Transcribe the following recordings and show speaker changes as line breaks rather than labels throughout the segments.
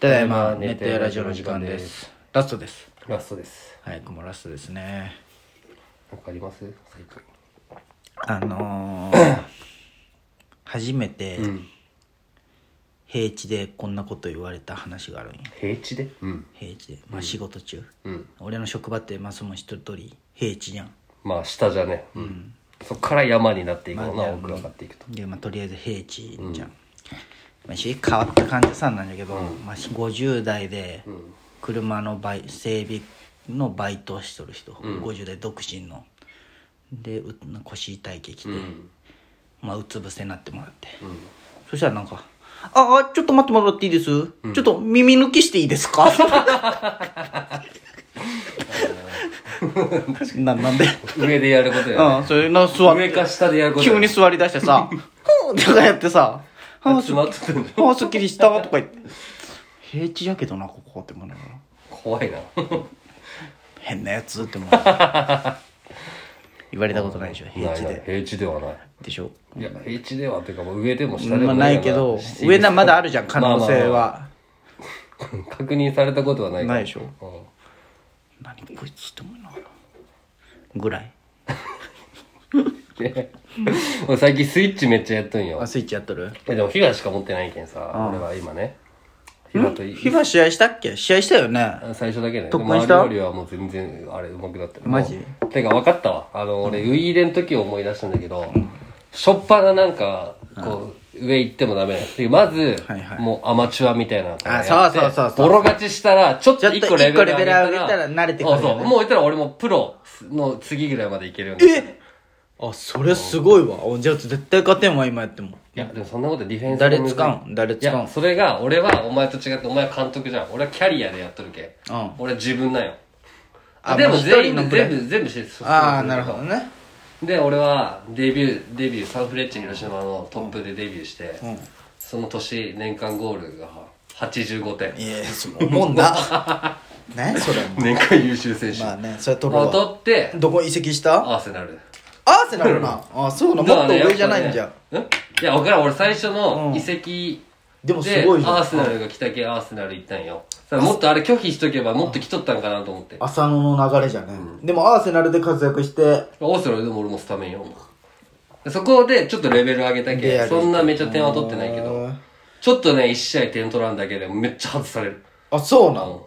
ただいま熱帯ラジオの時間ですラストです
ラストです
早くもラストですね
わかります最近
あのー 初めて
うん
平地でこんなこと言われた話があるんよ
平地でうん
平地でまあ仕事中、
うん
俺の職場ってまあその一通り平地じゃん
まあ下じゃねうんそっから山になっていくの
まあ
な
ね
奥が上がっていくと
でまあとりあえず平地じゃん、まあ、一変わった患者さんなんだけど、まあ、50代で車のバイ整備のバイトをしとる人、50代独身のでう腰痛いけきて、
うん
まあ、うつ伏せになってもらって、そしたらなんか「ああちょっと待ってもらっていいです、ちょっと耳抜きしていいです か?な」なんで
上でやることやね
うん、それの座っ
上か下でやることや
急に
ね
座り出してさ、ふーとかやってさ、あーす
詰まってたん
あ
だ
ー、すっきりしたとか言って。平地やけどな、ここって思うながら。
怖いな
変なやつ って思う。言われたことないでしょ、 平地
ないない
で。
平地ではない
でしょ
いや平地ではっていうかもう上でも下で
ま
も
あないけど、上なまだあるじゃん、可能性
まあまあ
は。
まあ確認されたことはないから
ないでしょ
うん
何こいつって思うながら。ぐらい。
で俺最近スイッチめっちゃやっとんよ
あ、スイッチやっとる
えでもヒガしか持ってないけんさ俺は今ねヒガとい
ヒバ試合したっけ試合したよね。
最初だけね
特訓した
でもあれよりはもう全然あれ上手くなってる
マジ
もうてか分かったわあの俺ウイイレの時を思い出したんだけどしょっぱななんかこう上行ってもダメでまず
はいはい
もうアマチュアみたいな
あそうそうそうそう
ボロ勝ちしたらちょっと一個レベ
ちょっと一個
ル上げた
レベル上げたら慣れてくる
あ
よね
そうもう言ったら俺もプロの次ぐらいまでいけるようになった
えあ、それすごいわ。おじゃあ絶対勝てんわ、今やっても。
いやでもそんなことディフェンス
誰
も
使うん誰
い
使うん
やそれが俺はお前と違ってお前は監督じゃん俺はキャリアでやっとるけ、
うん
俺は自分なんよ
あ
でも
もう一
全
人の
部
プレー
全部全部してそう
ああ、なるほどね。
で俺はデビューデビューサンフレッチェ広島のトップでデビューして、
ん
その年年間ゴールが85点
いや、そう思うんだ。 ねそれも。
年間優秀選手、
まあね、それ取る
を
わ。
取って
どこ移籍した
アーセナル
アーセナルな。あそうな。もっと上じゃないんじゃん。
だからねやっぱねんいや分からん俺最初
う
の
ん
移籍
でもすごいじゃん
アーセナルが来たけアーセナル行ったんよそれもっとあれ拒否しとけばもっと来とったんかなと思って
浅野の流れじゃね。でもアーセナルで活躍して、
オーストラリアでも俺もスタメンよそこでちょっとレベル上げた
レア
け
ル
そんなめっちゃ点は取ってないけ
う
ど
ん
ちょっとね1試合点取らんだけでもめっちゃ外される
あ、そうな
あ
の。
の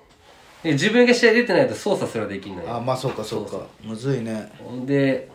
で自分が試合出てないと操作すらできんの
あ、
よ
まあそうかそうか。むずいね。
ほんで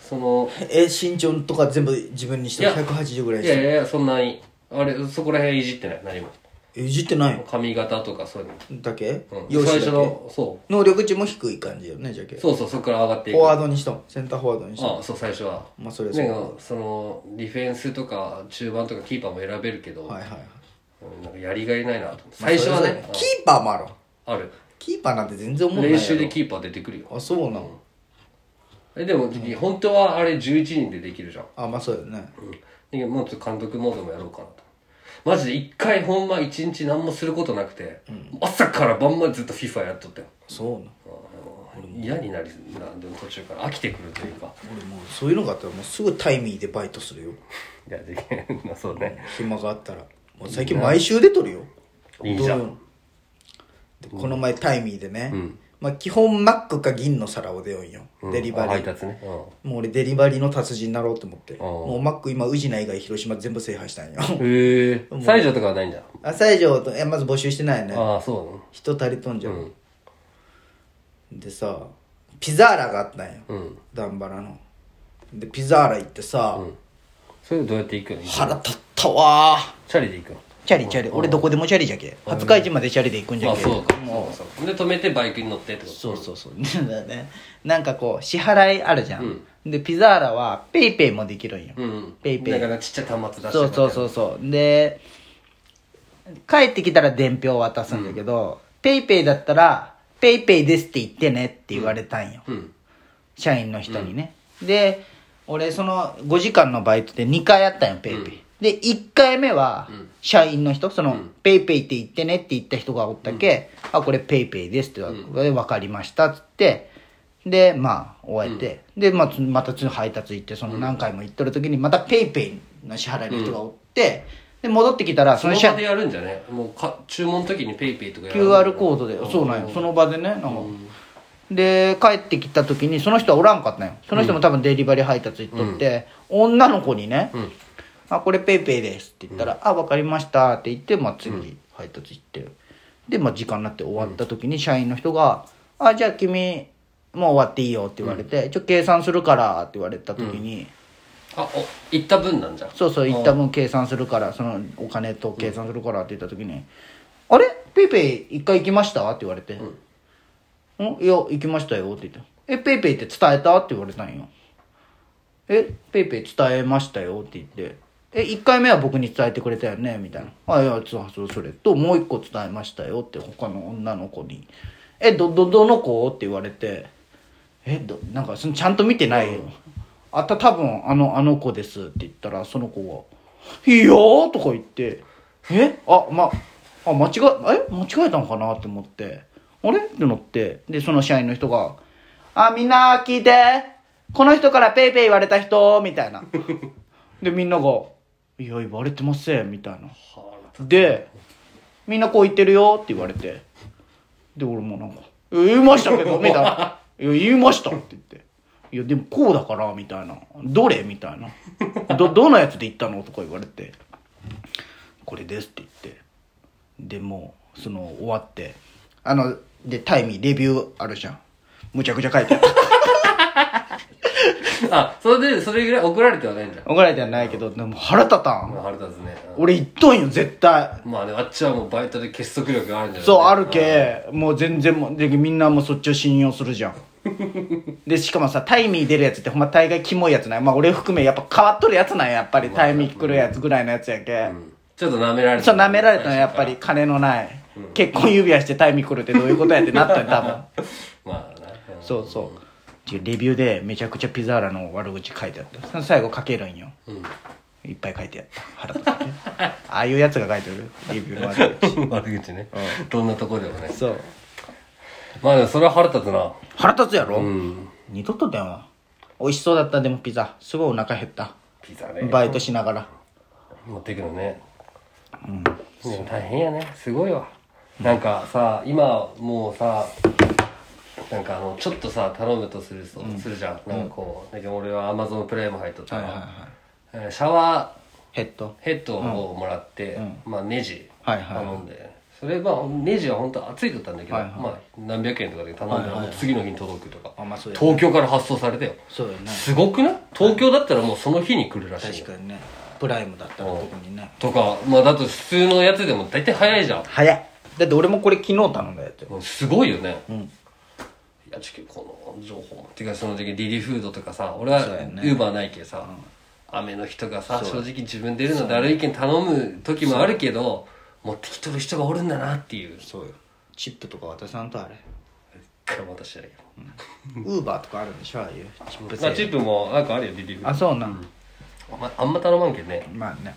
その
え、身長とか全部自分にして
いや
180ぐらい
い
し
やい
て。
やいやそんなにあれそこら辺いじってない何も
えいじってないの
髪型とかそういう
だけ
の、うん
容
最
姿
初
だけ
のそ
能力値も低い感じよね、じゃけ。
う
フ
そうそうそこから上がってい
ォ
く
ワードにしたもんセンターフォワードにしたもん
ああそう最初は
まあそれはそう
なんかそのディフェンスとか中盤とかキーパーも選べるけど、
はいはいはい。
うんなんかやりがいないなと思って最初はね
キーパーもあろ
あある
キーパーなんて全然思うないやろ
練習でキーパー出てくるよ
あそうなの
えでも本当はあれ11人でできるじゃん
あまあそうだよね
でもうちょっと監督モードもやろうかなとマジで一回ほんま一日何もすることなくて、朝から晩までずっと FIFA やっとったよ
そうな
あの嫌になりなんでも途中から飽きてくるというか
俺もうそういうのがあったらもうすぐタイミーでバイトするよ
いやできそうね
暇があったらもう最近毎週出とるよ
いいじゃん
土曜でこの前タイミーでね、
うん
まあ、基本マックか銀の皿を出よんよ、デリバ
うんあ
リ
配
ー
達ね、
もう俺デリバリーの達人になろうと思って
ああ
もうマック今宇品以外広島全部制覇した んよ
うん、へえ西条とかはないんじゃん
朝以上とえまず募集してないよね
ああそ
人足りとんじ
う
ゃ、
なんの
でさピザーラがあったんよ、
うんうん
ダンバラのでピザーラ行ってさ、
それどうやって行くの
腹立ったわー
チャリで行くの
チャリチャリ俺どこでもチャリじゃけ廿日市までチャリで行くんじゃ
あ
け
そうかそうそうで止めてバイクに乗ってってこと
そうそう そうだからねなんかこう支払いあるじゃん、でピザーラはペイペイもできるんよ、
うん
ペイペイ
だからちっちゃい端末出して
そうそう
う
そうそうで帰ってきたら伝票を渡すんだけど、ペイペイだったら「ペイペイです」って言ってねって言われたんよ、
うん
社員の人にね、で俺その5時間のバイトで2回やったんよペイペイ、で1回目は社員の人その、ペイペイって言ってねって言った人がおったけ、あこれペイペイですって言われて、で分かりましたっつってでまあ終えて、で、まあ、つまた次の配達行ってその何回も行っとる時にまたペイペイの支払いの人がおって、で戻ってきたらそ
そ
の
の
社
場でやるんじゃねもうか注文の時にペイペイとかやる
QR コードでそうなんよその場でねなんかで帰ってきた時にその人はおらんかったんよその人も多分デリバリー配達行っとって、女の子にね「
ん
あこれペイペイです」って言ったら「あ分かりました」って言って、まあ、次配達行ってで、まあ、時間になって終わった時に社員の人が「あじゃあ君もう終わっていいよ」って言われて「ちょ計算するから」って言われた時に、
あお行った分なんじゃん
そうそう行った分計算するからそのお金と計算するからって言った時に「あれペイペイ一回行きました?」って言われて「うん、いや行きましたよ」って言って「えペイペイって伝えた?」って言われたんよ「えペイペイ伝えましたよ」って言って「え一1回目は僕に伝えてくれたよね」みたいな「あいやそうそうそれ」ともう一個伝えましたよって他の女の子に「えどどどの子?」って言われて「えどなんかそのちゃんと見てないよ」あた多分あのあの子です」って言ったらその子が「いいよ」とか言って「えあまあ間違ええ間違えたのかな?」って思って「あれ?」ってなってでその社員の人が「あみんな聞いてこの人からペイペイ言われた人」みたいなでみんなが「いや言われてません」みたいなで「みんなこう言ってるよ」って言われてで俺もなんか「いや言いましたけど」みたいな「いや言いました」って言って「いやでもこうだから」みたいな「どれ?」みたいな「どどのやつで言ったの?」とか言われて「これです」って言ってでもうその終わってあのでタイミーレビューあるじゃんむちゃくちゃ書いてある
あそれでそれぐらい送られてはないんじゃん
怒られてはないけどでも腹立たん
まあ腹立つねうん
俺言っとんよ絶対
まあねあっちはもうバイトで結束力があるんじゃない
そうあるけもう全然もうでみんなもうそっちを信用するじゃん でしかもさタイミー出るやつってほんま大概キモいやつないまあ俺含めやっぱ変わっとるやつなんややっぱりタイミー来るやつぐらいのやつやけ、
うんちょっと舐められて
そう舐められたのやっぱり金のない、結婚指輪してタイミー来るってどういうことやってなっ たんよ多分
まあなうん
そうそうでレビューでめちゃくちゃピザーラの悪口書いてあったその最後書けるんよ、いっぱい書いてあった腹立って ああいうやつが書いてるレビューの悪口
悪口ねどんなとこでもね
そう
まあでもそれは腹立つな
腹立つやろ、二度と電話美味しそうだったでもピザすごいお腹減った
ピザね
バイトしながら
持ってくのねうん大変やねすごいわなんかさ今もうさなんかあのちょっとさ頼むとするとするじゃんなんかこうだけど俺はアマゾンプライム入っとった
はいはい
らえーシャワー
ヘッド
ヘッドをもらって、まあネジ
はいはいはい
頼んで、それまあネジは本当熱いとったんだけど、
はいはい
まあ何百円とかで頼んだらもう次の日に届くとか、
あまあそうやね
東京から発送されたよ
そうよね
すごくない東京だったらもうその日に来るらしい
確
よ
かにねプライムだったら特にね
とかまあだと普通のやつでも大体早いじゃん
早いだって俺もこれ昨日頼んだやつよ
もうすごいよね、いやちょっとこの情報もてかその時リリーフードとかさ俺はウ
そうやね
ーバーないけさ、雨の日とかさ正直自分出るのだるいけん頼む時もあるけど持ってきとる人がおるんだなっていう
そうよチップとか渡さんとあれ
一回も渡してないよ、
ウーバーとかあるんでしょああいうチップ
まあチ
制
ップもなんかあるよリリーフ
あそうなん
あんまあんま頼まんけんね
まあね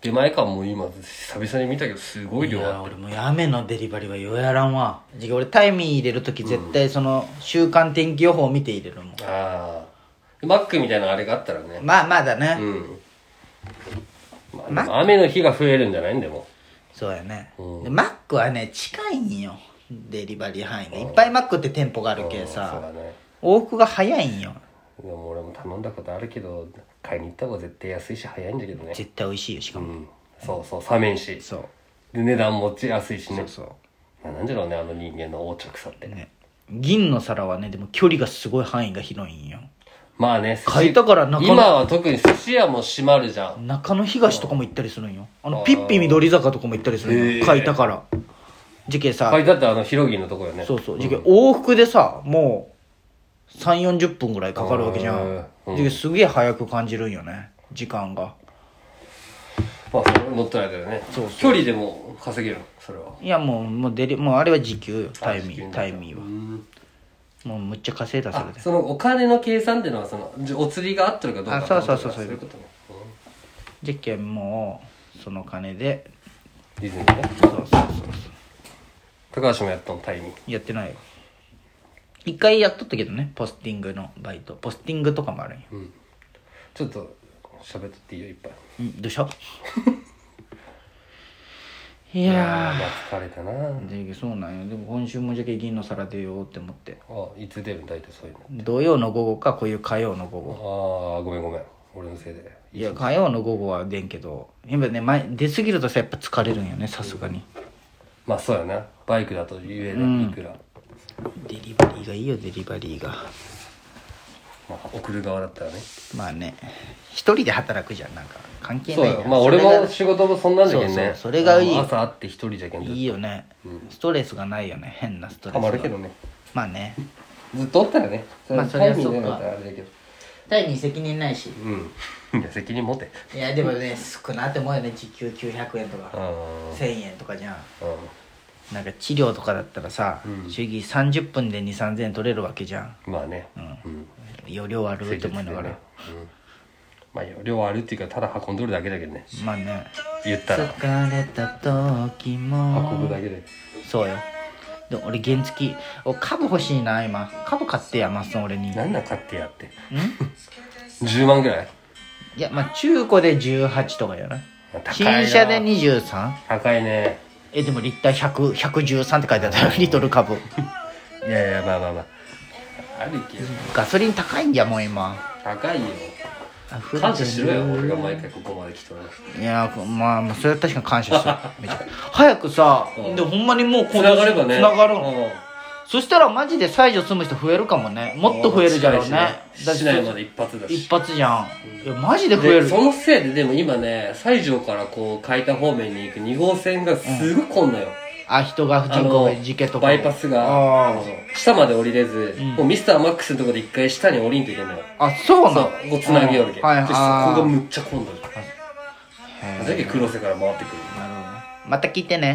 出前館も今久々に見たけどすごい
い
量
や
あっ
俺もう雨のデリバリーはよやらんわじゃあ俺タイミー入れる時絶対その週間天気予報見て入れるもん
たああマックみたいなあれがあったらね
まあまあだね、
うん、まあでも雨の日が増えるんじゃないんでも
そうやね、でマックはね近いんよデリバリー範囲でいっぱいマックって店舗があるけ
そう
さ
だね
往復が早いんよ
でも俺も頼んだことあるけど買いに行った方が絶対安いし早いんだけどね
絶対美味しいよしか
う
も、
んそうそう冷めんし
そう
で値段もち安いしね
そ
まあなんじゃろうねあの人間の横着さって、
うね銀の皿はねでも距離がすごい範囲が広いんよ
まあね寿司
買いたからなかな
今は特に寿司屋も閉まるじゃん
中野東とかも行ったりするんよあのピッピ緑坂とかも行ったりするんよ買いたから時期さ、
買いだってあの広銀のとこよね
そうそう時期往復でさもう3 4 0分ぐらいかかるわけじゃん
うん
時期すげえ早く感じるんよね時間が
まあそれ乗ってないだよね
そうそう
距離でも稼げるのそれはい
やもうもうデリもうあれは時給よタイミ
時給
ー
ね
タイミー
う
は
ん
もうむっちゃ稼いだそれで
そのお金の計算っていうのはそのじゃお釣りが合ってるかどうか
あそうそうそう
ってことねそういうことね
じゃけんもうその金で
うんディズニーね
そうそうそうそう
高橋もやったのタイミング
やってないよ一回やっとったけどねポスティングのバイトポスティングとかもあるんよ、
ちょっと喋っとっていいよいっぱい
うん、どうしたいや
まあ疲れたな
ーでそうなんよでも今週もじゃけ銀の皿出ようって思って
あいつ出る大体そういう
土曜の午後かこういう火曜の午後
のああごめんごめん俺のせいで
いや火曜の午後は出んけどやっぱね前出過ぎるとさやっぱ疲れるんよねさすがに
まあそうやなバイクだとゆえだ、いくら、
デリバリーがいいよデリバリーが
まあ、送る側だったらね
まあね一人で働くじゃんなんか関係
そう
ない
よ
じゃん
まあ
そ
俺
れが
も仕事もそんなんじゃけんね
そうそうそれがいい
あの朝会って一人じゃけんずっと
いいよね、ストレスがないよね変なストレス
ハ
が
マるけどね
まあね
ずっとおったらね
まあ
それは
そりゃそうか
タイミングだったらあれだけど
第に責任ないし
うんいや責任持て
いやでもね少なって思うよね時給900円と
う
か
んうん
1000円とかじゃんなんか治療とかだったらさ、
うん
主義30分で2 3 0 0円取れるわけじゃん
まあね
うん
うん
余量あるって思いながら、
ねうんまあ量あるっていうかただ運んどるだけだけどね
まあね
言ったら
疲れた時も
運ぶだけで
そうよで俺原付きお株欲しいな今株買ってやマッソン俺にん
何なん買ってやって10万ぐらい
いやまあ中古で18とかじゃない
高いな
新車で 23?
高いね
えでも立体100113って書いてあったよリトル株
いやいやまあまあまああるけど
ガソリン高いんじゃもう今
高いよ
あ普段
感謝しろよ俺が毎回ここまで来たら
いやまあまあそれは確かに感謝するめちゃ早くさ、
うん
でほんまにもう
つながればね
つながるの、
うん
そしたらマジで西条住む人増えるかもねもっと増えるじゃろうねだって
市内まで一発だし
一発じゃんいやマジで増える
でそのせいででも今ね西条からこう海田方面に行く2号線がすごい混んだよ、
あ人が不
あ
人
の
口事件とか
バイパスが
あ
あ
ー
の下まで降りれず、
ん
もうミスターマックスのところで一回下に降りんといけないのよ
あそうな
そ
の
うこうつなぎよるけ、
はいはい
でそこがむっちゃ混んだる
へー
だけ黒瀬から回ってくる
なるほどねまた聞いてね